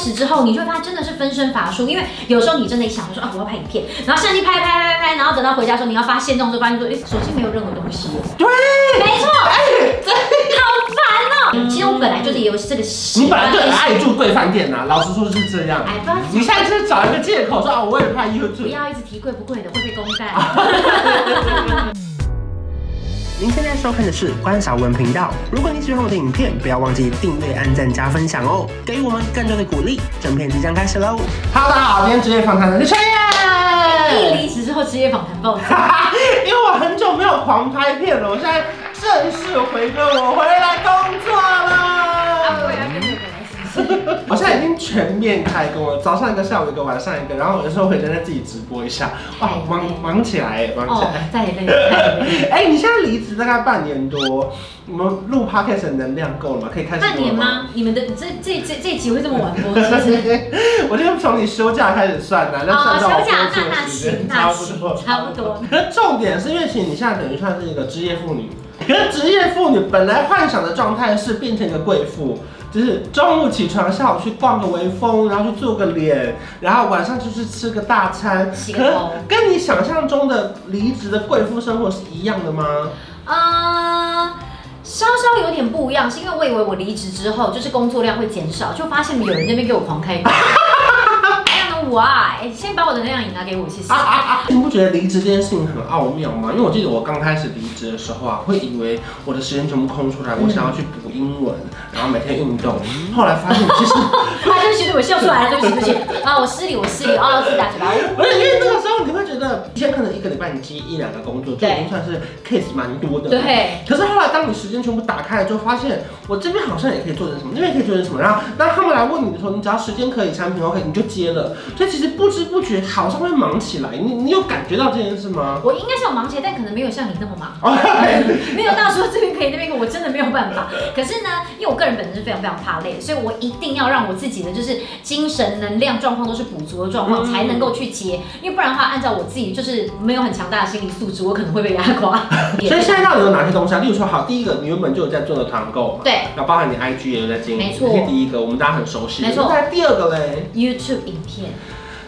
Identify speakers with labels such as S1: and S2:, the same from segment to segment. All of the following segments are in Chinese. S1: 始之后，你就会发现真的是分身乏术，因为有时候你真的想说啊，我要拍影片，然后相机拍拍拍拍拍，然后等到回家的时候，你要发现动之后，发现说，哎，手机没有任何东西。
S2: 对，
S1: 没错，真的好烦哦。其实我本来就是有这个习
S2: 你本来
S1: 惯
S2: 就很爱住贵饭店呐、老实说是这样。
S1: 哎，不要
S2: 你现在就是找一个借口说啊，我也拍
S1: 不
S2: YouTube。
S1: 要一直提贵不贵的，会被公干。
S2: 您现在收看的是关少文频道。如果你喜欢我的影片，不要忘记订阅、按赞、加分享哦，给予我们更多的鼓励。整片即将开始喽！Hello，大家好，今天职业访谈人是春
S1: 一
S2: 燕。
S1: 离职之后，职业访谈报纸。
S2: 哈哈 因为我很久没有狂拍片了，我现在正式回归，我回来工作
S1: 啊
S2: 了。我现在已经全面开工了，早上一个，下午一个，晚上一个，然后有的时候会在自己直播一下，哇，忙忙起来，忙起
S1: 哦
S2: 来。，
S1: 再 累了，再累了。
S2: 哎、你现在离职大概半年多，我们录 podcast 的能量够了吗？可以开始
S1: 半
S2: 录了
S1: 年
S2: 吗？
S1: 吗？你们的这这这这集会这么晚播，是不是？
S2: 我就从你休假开始算啦，那
S1: 哦，
S2: 算到我
S1: 休
S2: 工
S1: 假
S2: 作
S1: 那那
S2: 的时
S1: 行
S2: 间
S1: 那
S2: 差不
S1: 行
S2: 多，
S1: 差不。多。
S2: 重点是因为其实你现在等于算是一个职业妇女， 可是职业妇女本来幻想的状态是变成一个贵妇，就是中午起床，下午去逛个微风，然后去做个脸，然后晚上就去吃个大餐。
S1: 洗
S2: 可
S1: 个
S2: 是
S1: 头
S2: 跟你想象中的离职的贵妇生活是一样的吗？
S1: 呃，稍稍有点不一样，是因为我以为我离职之后就是工作量会减少，就发现有人在那边给我狂开工。I don't know why，先把我的能量饮拿给我，谢谢
S2: 啊。 啊啊！你不觉得离职这件事情很奥妙吗？因为我记得我刚开始离职的时候啊，会以为我的时间全部空出来，我想要去补英文，然后每天运动。后来发现其实。
S1: 啊，对不起，对不起我笑出来了，对不起，对不起。啊，我失礼，我失礼，啊，自己打嘴巴。我
S2: 不是因为那个时候你会觉得，以前可能一个礼拜你接一两个工作，就已
S1: 对
S2: 经算是 case 蛮多的。。
S1: 对，
S2: 可是后来当你时间全部打开了之后，发现我这边好像也可以做成什么，那边也可以做成什么。然后当他们来问你的时候，你只要时间可以，产品 OK，你就接了。所以其实不知不觉好像会忙起来。你你有感觉到这件事吗？
S1: 我应该是有忙起来，但可能没有像你那么忙。
S2: 哦，
S1: 没有到说这边可以那边可以，我真的没有办法。可是呢，因为我个人本身是非常非常怕累，所以我一定要让我自己的就是精神能量状况都是补足的状况，
S2: 嗯
S1: 才能够去接。因为不然的话，按照我自己就是没有很强大的心理素质，我可能会被压垮。
S2: 所以现在到底有哪些东西啊？例如说，好，第一个你原本就有在做的团购嘛，
S1: 对
S2: 然后包含你 IG 也有在经营，
S1: 没错
S2: 这是第一个我们大家很熟悉。
S1: 没错
S2: 那第二个嘞，
S1: YouTube 影片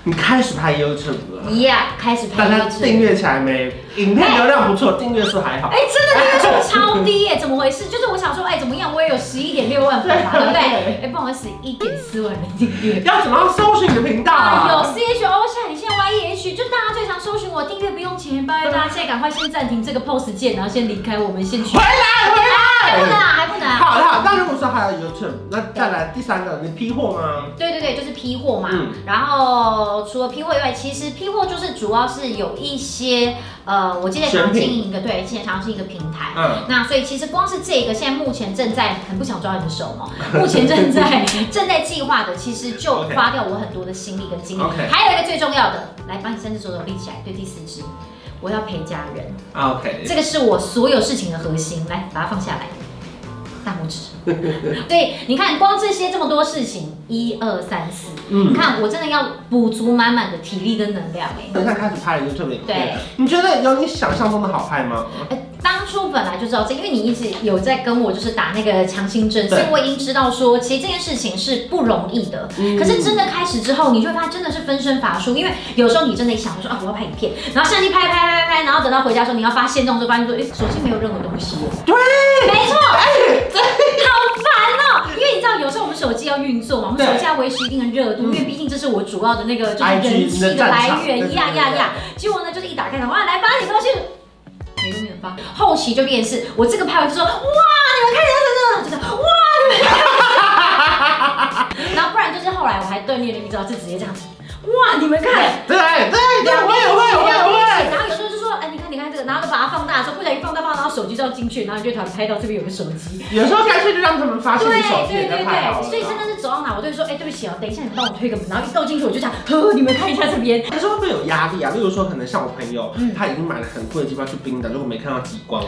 S2: 你开始拍 YouTube 了。
S1: ，Yeah，开始拍
S2: 大家
S1: YouTube
S2: 订。阅起来没？影片流量不错，订阅数还好。
S1: 哎，真的 YouTube 超低耶，怎么回事？就是我想说，哎，怎么样？我也有十一点六万粉嘛，对不对？哎，不好意思，一点四万人订阅。
S2: 要怎么样搜寻你的频道
S1: 啊，有
S2: 啊？
S1: C H O 下底线 Y E H，就大家最常搜寻我，订阅不用钱，拜拜！大家现在赶快先暂停这个 pose 键，然后先离开我们，先去。
S2: 啊回来
S1: 还
S2: 回
S1: 不能
S2: 来！
S1: 啊，还不能啊！
S2: 好了，好那如果说还有 YouTube，那再来第三个，你批货吗？
S1: 对对对，就是批货嘛。
S2: 嗯
S1: 然后除了批货以外，其实批货就是主要是有一些呃，我现在
S2: 选
S1: 常
S2: 品
S1: 经营一个对，现在常经营一个平台。
S2: 嗯，
S1: 那所以其实光是这个，现在目前正在很不想抓你的手哦，目前正 在正在计划的，其实就
S2: OK
S1: 花掉我很多的心力跟精力。
S2: OK
S1: 还有一个最重要的，来把你三只手手立起来，对第四只，我要陪家人，
S2: 啊 OK。
S1: 这个是我所有事情的核心。来，把它放下来，大拇指。 对，你看光这些这么多事情，一二三四，你
S2: 嗯，
S1: 看我真的要补足满满的体力跟能量哎、
S2: 等一下开始拍 YouTube 影片
S1: 对，
S2: 你觉得有你想象中的好拍吗？
S1: 呃当初本来就知道这，因为你一直有在跟我就是打那个强心针，
S2: 对
S1: 所以我已经知道说，其实这件事情是不容易的。
S2: 嗯
S1: 可是真的开始之后，你就会发现真的是分身乏术，因为有时候你真的想说啊，我要拍影片，然后相机拍拍拍拍拍，然后等到回家的时候，你要发现动之后，发现说，哎、手机没有任何东西。
S2: 对，
S1: 没错，哎真的好烦哦、因为你知道，有时候我们手机要运作嘛，我们
S2: 对
S1: 手机要维持一定的热度，因为毕竟这是我主要的那个就是
S2: IG
S1: 人气
S2: 你的
S1: 的
S2: 战场
S1: 来
S2: 对对
S1: 源，
S2: 对
S1: 呀呀
S2: 对
S1: 呀！结果呢，就是一打开，哇，来发点东西，没有没有发。后期就变成是，我这个拍完就说，哇，你们看这个这个，就是哇，你们看。然后不然就是后来我还锻炼了一招，就直接这样子，哇，你们看。
S2: 对对对，我也会，我也会。
S1: 然后有时候就说，哎，你看，你看这个，然后就把它放大的时候，不小心放大放大，然后手机照进去，然后你就突然拍到这边有个手机，
S2: 有时候干脆就让他们发现你手机也在拍好了。
S1: 所以真的是走到哪，我都会说，哎、对不起哦，等一下你帮我推个门，然后一够进去我就想，呵，你们看一下这边，
S2: 可是会不会有压力啊？例如说，可能像我朋友，他已经买了很贵的机票去冰岛，结果没看到极光。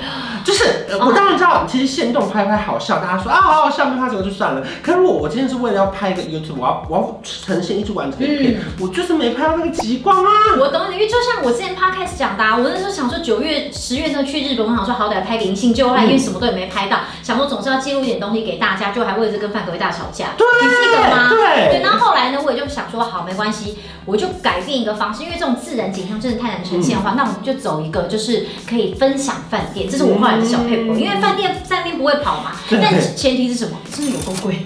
S2: 就是呃我当然知道，其实现动拍拍好笑，大家说啊好好笑，没拍结果就算了。可是如果我今天是为了要拍一个 YouTube，我要我要呈现一支完整的影片，我就是没拍到那个极光啊。
S1: 我懂你，因为就像我之前 podcast 讲的、啊，我那时候想说九月、十月那去日本，我想说好歹拍个银杏，结果后来因为什么都也没拍到，想说总是要记录一点东西给大家，就还为了这跟范可薇大吵架，
S2: 对
S1: 你记得吗？
S2: 对
S1: 对，然后后来说好没关系，我就改变一个方式，因为这种自然景象真的太难呈现的话，那我们就走一个就是可以分享饭店，这是我后来的小配博，
S2: 嗯
S1: 因为饭店饭店不会跑嘛，
S2: 对
S1: 但前提是什么？真的有够贵。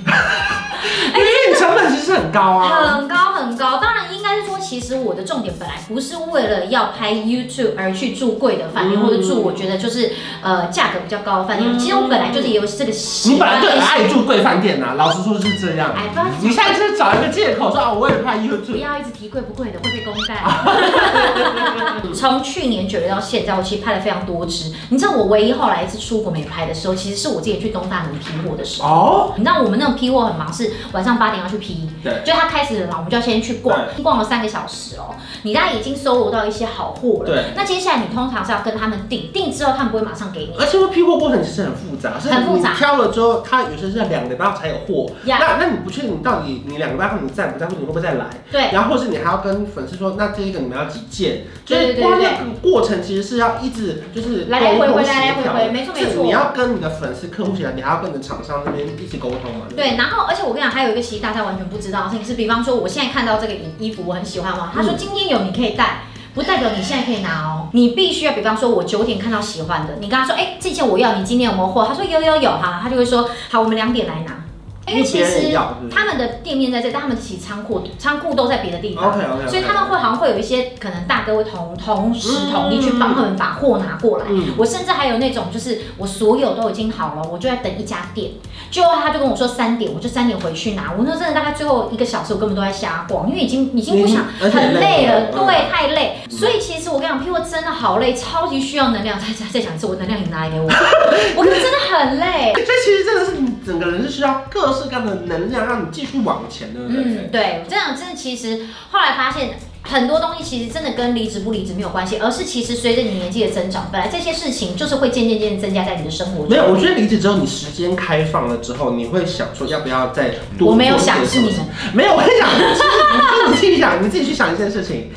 S2: 因为你成本其实很高啊。
S1: 很高很高，当然应该是说，其实我的重点本来不是为了要拍 YouTube 而去住贵的饭店，
S2: 嗯
S1: 或者住我觉得就是呃价格比较高的饭店。
S2: 嗯
S1: 其实我本来就是有这个习
S2: 你本来
S1: 惯
S2: 就很
S1: 跟
S2: 爱住贵饭店呐、老实说是这样。
S1: 哎，不要
S2: 你现在就是找一个借口说啊，我也拍
S1: 不
S2: YouTube。
S1: 要一直提贵不贵的，会被公干。 从去年九月到现在，我其实拍了非常多支。你知道我唯一后来一次出国没拍的时候，其实是我自己去东大门批货的时候。
S2: 哦，
S1: 你知道我们那种批货很忙，是晚上八点要去批，
S2: 对，
S1: 就他开始了嘛，我们就要先去逛，逛了三个小时哦，你大概已经搜罗到一些好货了。
S2: 对。
S1: 那接下来你通常是要跟他们订，订之后他们不会马上给你。
S2: 而且批货过程其实很复杂，是
S1: 很复杂
S2: 你挑了之后，它有些是要两个礼拜才有货。
S1: 呀
S2: 那那你不确定你到底你两个礼拜后你在不在，或者你会不会再来？
S1: 对
S2: 然后或是你还要跟粉丝说，那这一个你们要几件？就
S1: 对
S2: 是
S1: 对对
S2: 光
S1: 对
S2: 那个过程其实是要一直就是
S1: 来来回回
S2: 沟
S1: 来来
S2: 通
S1: 回回
S2: 协调
S1: 没错没
S2: 就是
S1: 错
S2: 你要跟你的粉丝客户协调，你还要跟你的厂商那边一起沟通嘛。不
S1: 对，然后而且我跟你讲，还有一个其实大家完全不知道的事情是，比方说我现在看到这个衣衣服我很喜欢哇，他
S2: 嗯
S1: 说今天有你可以戴。不代表你现在可以拿哦，你必须要，比方说，我九点看到喜欢的，你跟他说，哎、这件我要，你今天有没有货？他说有有有，哈，他就会说，好，我们两点来拿。因为其
S2: 别人也
S1: 实
S2: 要是不是
S1: 他们的店面在这，但他们其实仓库仓库都在别的地方。
S2: OK OK，
S1: 所以他们会好像会有一些可能大哥会同同时同意去帮他们把货拿过来。
S2: 嗯
S1: 我甚至还有那种就是我所有都已经好了，我就在等一家店，结果他就跟我说三点，我就三点回去拿。我那真的大概最后一个小时我根本都在瞎逛，因为已经已经不想
S2: 嗯而且
S1: 很累了，
S2: 嗯
S1: 对，太累。
S2: 嗯
S1: 所以其实我跟你讲，批货真的好累，超级需要能量。再再再讲一次，我能量你拿来给我， 我真的很累。
S2: 所以其实真的是你整个人是需要各式各样的能量，让你继续往前，对不对？
S1: 嗯，对，这样真的其实后来发现很多东西其实真的跟离职不离职没有关系，而是其实随着你年纪的增长，本来这些事情就是会渐渐渐增加在你的生活中。
S2: 没有，我觉得离职之后，你时间开放了之后，你会想说要不要再多
S1: 我没有
S2: 做一
S1: 想
S2: 点
S1: 是你
S2: 什
S1: 们
S2: 么，没有，我跟你讲，就是你自己去想，你自己去想一件事情。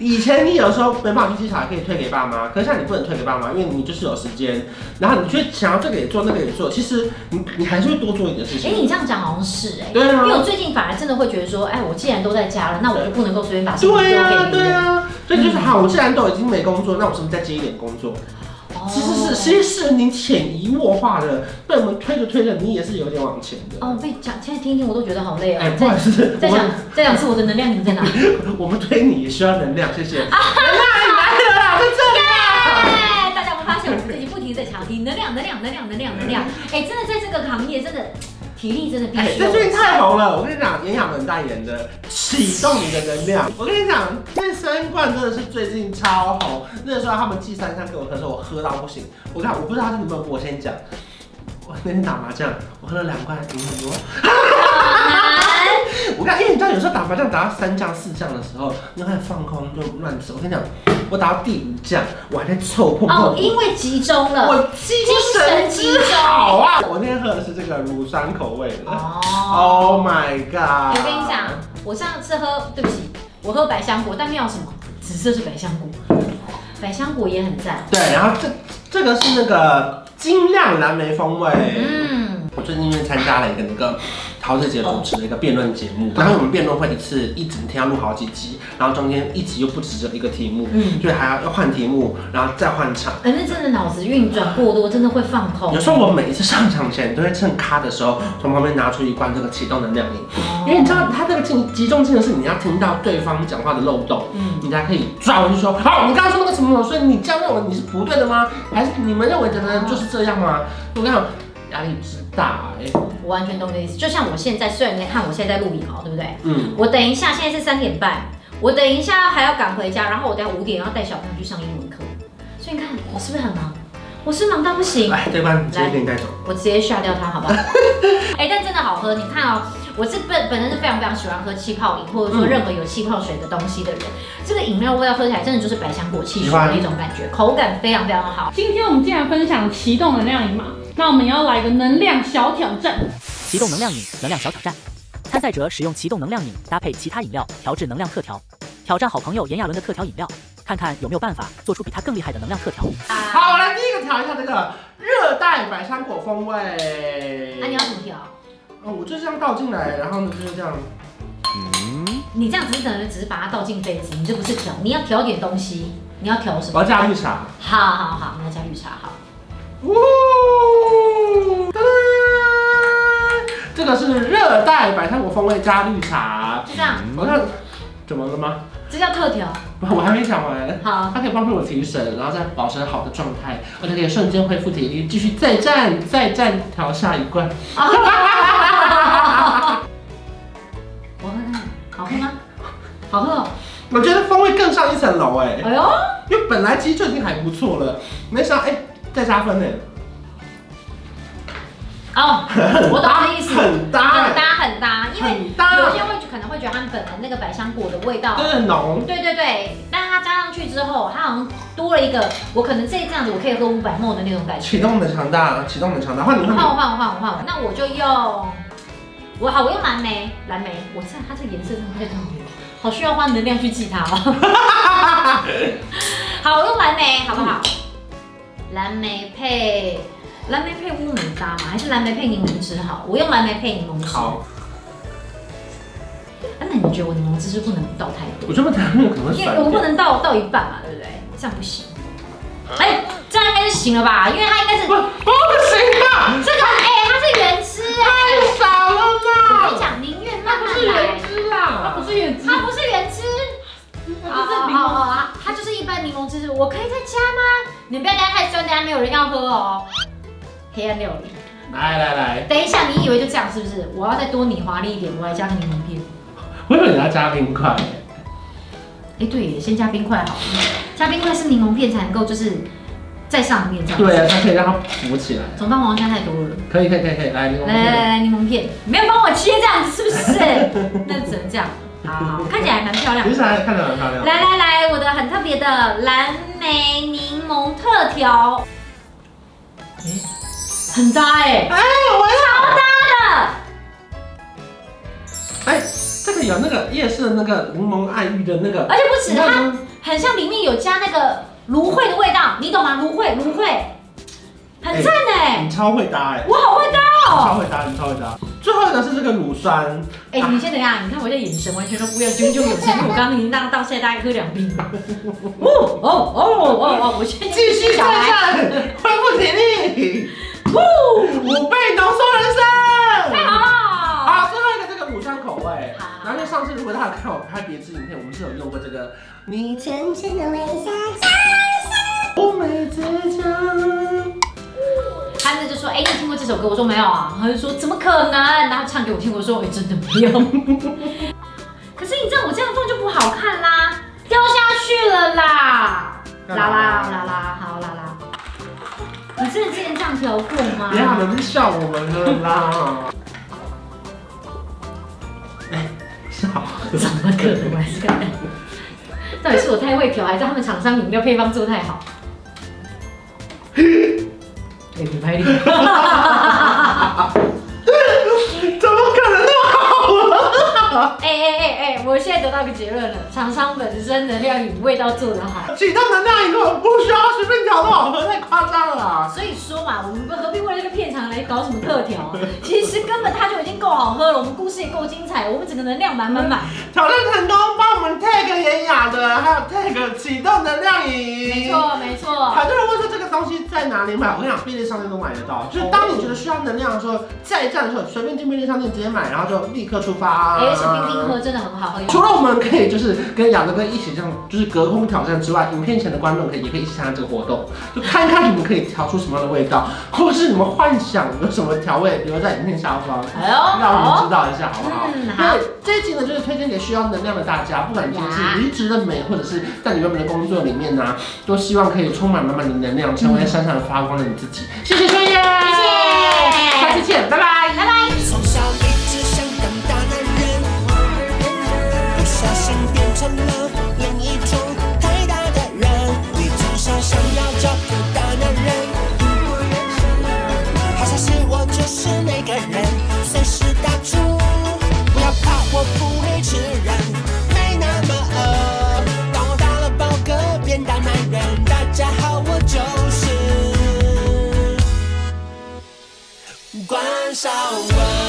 S2: 以前你有时候没办法去机场，可以推给爸妈，可是现在你不能推给爸妈，因为你就是有时间，然后你就想要这个也做，那个也做，其实你你还是会多做一点事
S1: 哎、
S2: 情。
S1: 你这样讲好像是哎、
S2: 对啊
S1: 因为我最近反而真的会觉得说，哎，我既然都在家了，那我就不能够随便把事情丢给嗯
S2: 对呀、
S1: 别
S2: 对
S1: 人。
S2: 啊呀、所以就是好，我既然都已经没工作，那我是不是再接一点工作？
S1: 哦
S2: 其实是，其实是你潜移默化的被我们推着推着，你也是有点往前的。
S1: 哦，被讲现在听一听我都觉得好累哦。
S2: 哎，不好
S1: 再
S2: 意思，
S1: 再
S2: 我
S1: 讲
S2: 们
S1: 再讲次我的能量你们在哪？
S2: 我们推你也需要能量，谢谢。能量来了啦，在这里啦。
S1: 哎，大家有没有发现我们自己不停地在强提能量，能量，能量，能量，能量。哎、真的在这个行业，真的体力真的必
S2: 哎，
S1: 须
S2: 这
S1: 有。
S2: 最近太红了，我跟你讲，炎亚纶代言的，启动你的能量。我跟你讲，那三罐真的是最近超红。那时候他们寄三箱给我喝的时候，我喝到不行。我看我不知道他是有没有，我先讲。我那天打麻将，我喝了两罐，赢很多。我看，因为你知道有时候打麻将打到三将四将的时候，你会放空就乱吃。我跟你讲，我打到第五将，我还在凑碰碰
S1: 哦，。因为集中了。
S2: 我精神之好啊！我那天喝的是这个乳酸口味的。
S1: 哦，
S2: Oh my
S1: 我
S2: god！
S1: 跟你讲，我上次喝，对不起，我喝百香果，但妙什么？紫色是百香果，百香果也很赞。
S2: 对，然后这这个是那个精酿蓝莓风味。
S1: 嗯，
S2: 我最近因为参加了一个那个陶子姐主持的一个辩论节
S1: 嗯
S2: 目，然后我们辩论会一次一整天要录好几集，然后中间一集又不止这一个题目，
S1: 嗯
S2: 嗯，就还要要换题目，然后再换场。
S1: 反正真的脑子运转过多，真的会放空
S2: 有。时候我每一次上场前都会趁咖的时候，
S1: 嗯
S2: 从旁边拿出一罐这个启动能量饮，
S1: 哦
S2: 因为你知道它这个进集中性的是你要听到对方讲话的漏洞，
S1: 嗯
S2: 你才可以抓回去说，好，你刚刚说那个什么，所以你这样认为你是不对的吗？还是你们认为的就是这样吗？我跟你讲，压力之大哎、
S1: 我完全懂你的意思。就像我现在，虽然你看我现在在录影哦，对不对？
S2: 嗯，
S1: 我等一下，现在是三点半，我等一下还要赶回家，然后我等一下五点要带小朋友去上英文课，所以你看我是不是很忙？我是忙到不行，
S2: 来，嗯哎对方直接给你带走。
S1: 我直接刷掉它， 好不好？哎、但真的好喝，你看哦，我是本本身是非常非常喜欢喝气泡饮，或者说任何有气泡水的东西的人，这个饮料味道喝起来真的就是百香果汽水
S2: 喜欢
S1: 的一种感觉，口感非常非常好。
S3: 今天我们既然分享启动能量饮嘛，那我们也要来个能量小挑战。
S4: 启动能量饮能量小挑战，参赛者使用启动能量饮搭配其他饮料调制能量特调，挑战好朋友炎亚纶的特调饮料，看看有没有办法做出比他更厉害的能量特调。
S1: 啊，
S2: 好，我来第一个调一下这个热带百香果风味。
S1: 啊那、你要怎么调？
S2: 哦，我就这样倒进来，然后呢就是这样，
S1: 你这样只是等于只是把它倒进杯子，你这不是调，你要调点东西，你要调什
S2: 我要
S1: 么？
S2: 加绿茶。
S1: 好好好，你要加绿茶好。
S2: 呜哒哒这个是热带白糖果风味加绿茶。嗯
S1: 就这样，
S2: 我看怎么了吗？
S1: 这叫特 调。
S2: 我还没讲完。
S1: 好，
S2: 它可以帮助我提神，然后再保持好的状态，而且可以瞬间恢复体力，继续再战，再战，调下一罐。
S1: 我喝看看，好喝吗？好喝哦。
S2: 我觉得风味更上一层楼哎，
S1: 哎呦，
S2: 因为本来其实就已经还不错了，没想到哎、再加分哎，
S1: 哦，我懂他的意思，
S2: 很搭
S1: 很
S2: 哎，
S1: 搭很搭，因为
S2: 很
S1: 有
S2: 搭，
S1: 些会可能会觉得他们本来那个百香果的味道
S2: 真。的浓。
S1: 对对对，但它加上去之后，它好像多了一个，我可能这这样子，我可以喝五百梦的那种感觉。
S2: 启动你的强大，启动你的强大，换你换
S1: 换
S2: 你。
S1: 我换我换我换我，那我就用，我好，我用蓝莓，蓝莓，我这它这个颜色真的太特别了，好需要花能量去记它哦。 好，我用蓝莓好不好？蓝莓配蓝莓配乌梅渣吗？还是蓝莓配柠檬汁好？我用蓝莓配柠檬汁。
S2: 好，
S1: 啊，那你觉得我柠檬汁是不能倒太多？
S2: 我这么谈论可能会
S1: 因
S2: 酸
S1: 为我
S2: 一
S1: 不
S2: 点。
S1: 能倒倒一半嘛，对不对？这样不行。哎、这样应该是行了吧？因为它应该是
S2: 不，不行啊吧？
S1: 这个，哎、它是原汁哎、
S2: 太少了
S1: 我跟你
S2: 吧？
S1: 讲，宁愿慢
S2: 不
S1: 慢
S2: 是
S1: 来
S2: 原。汁
S3: 它不
S2: 啦，
S3: 是原汁，
S1: 它不是原汁，
S3: 它不是柠
S1: 哦
S3: 檬，
S1: 哦啊，它就是一般柠檬汁。我可以再加吗？你不要加太酸，等下没有人要喝哦。黑暗料理，
S2: 来来来，
S1: 等一下，你以为就这样是不是？我要再多你华丽一点，我来加个柠檬片。
S2: 我以为你要加冰块，
S1: 哎、对耶，先加冰块好了，加冰块是柠檬片才能够就是在上面这样。
S2: 对啊，，它可以让它浮起来，
S1: 总帮王加太多了。
S2: 可以可以可以可以，来柠檬
S1: 来来
S2: 片，
S1: 来，柠檬片，没有帮我切这样子是不是？那只能这样，好好，看起来还蛮漂亮
S2: 其。实还看起来很漂亮。
S1: 来来来，我的很特别的蓝莓柠檬特调，诶哎很搭哎、
S2: 哎，我
S1: 超搭的。
S2: 哎，这个有那个夜市的那个柠檬爱玉的那个，
S1: 而且不止
S2: 你看
S1: 它很像里面有加那个芦荟的味道，你懂吗？芦荟，芦荟，很赞哎、
S2: 你超会搭哎，
S1: 我好会搭哦、
S2: 超会搭，你超会搭。最后一个是这个 乳酸，
S1: 哎、你先等一下，你看我这眼神完全都不一样，炯炯有神。因为我刚刚已经到到现在大概喝两 瓶了。哦哦哦哦哦，我先
S2: 继续
S1: 小
S2: 再
S1: 孩。
S2: 战， 恢复体力，
S1: 不，
S2: 五倍浓缩人生。
S1: 太好了。
S2: 啊，最后一个这个乳酸口味
S1: 好，
S2: 然后就上次如果大家有看我拍别支影片，我们是有用过这个。你浅浅的微笑，我每次讲。
S1: 他那就说，哎、你听过这首歌？我说没有啊。他就说，怎么可能？然后唱给我听，我说，哎、真的没有。 可是你知道我这样放就不好看啦，掉下去了啦，啦啦啦啦，好啦啦。你真的之前这样调过吗？
S2: 别让人家笑我们了啦！ 哎，笑，
S1: 怎么可能？我还是看看。到底是我太会调，还是他们厂商饮料配方做太好？ 哎、你拍你。
S2: 怎么可能那么好啊？
S1: 哎哎哎哎，我现在得到一个结论了，厂商本身能量饮味道做得好，
S2: 举到能量以后不需要随便调多少喝，太夸张了啦！
S1: 所以说嘛，我们何必为了这个片场来搞什么特调啊？ 其实根本它就已经够好喝了，我们故事也够精彩，我们整个能量满满满。
S2: 挑战成功，帮我们 tag 炎亚的，还有 tag 启动能量饮。
S1: 没错没错，
S2: 很多人问说这个东西在哪里买，我跟你讲，便利商店都买得到。就是当你觉得需要能量的时候，再战的时候，随便进便利商店直接买，然后就立刻出发。
S1: 哎而且冰冰喝真的很好喝。
S2: 除了我们可以就是跟亚德哥一起这样，就是隔空挑战之外，影片前的观众可以也可以一起参加这个活动，就看看你们可以调出什么样的味道，或是你们幻想有什么调味，留在影片下方，
S1: 哎呦，
S2: 让我们
S1: 好
S2: 知道一下，好不好？
S1: 嗯好啊
S2: 那这一集呢，就是推荐给需要能量的大家，不管你今天是离职的美，或者是在你原本的工作里面呢、都希望可以充满满满的能量，成为闪闪发光的你自己。谢谢秋叶，谢
S1: 谢
S2: 下次见，拜拜，拜拜。
S5: 从小立志想当大男人，不小心变成了另一种太大的人。你从小想要找个大男人，好消息我就是那个人，随时打住，不要怕，我不会吃人，没那么饿。当我打了饱嗝变大男人，大家好，我就是关少文。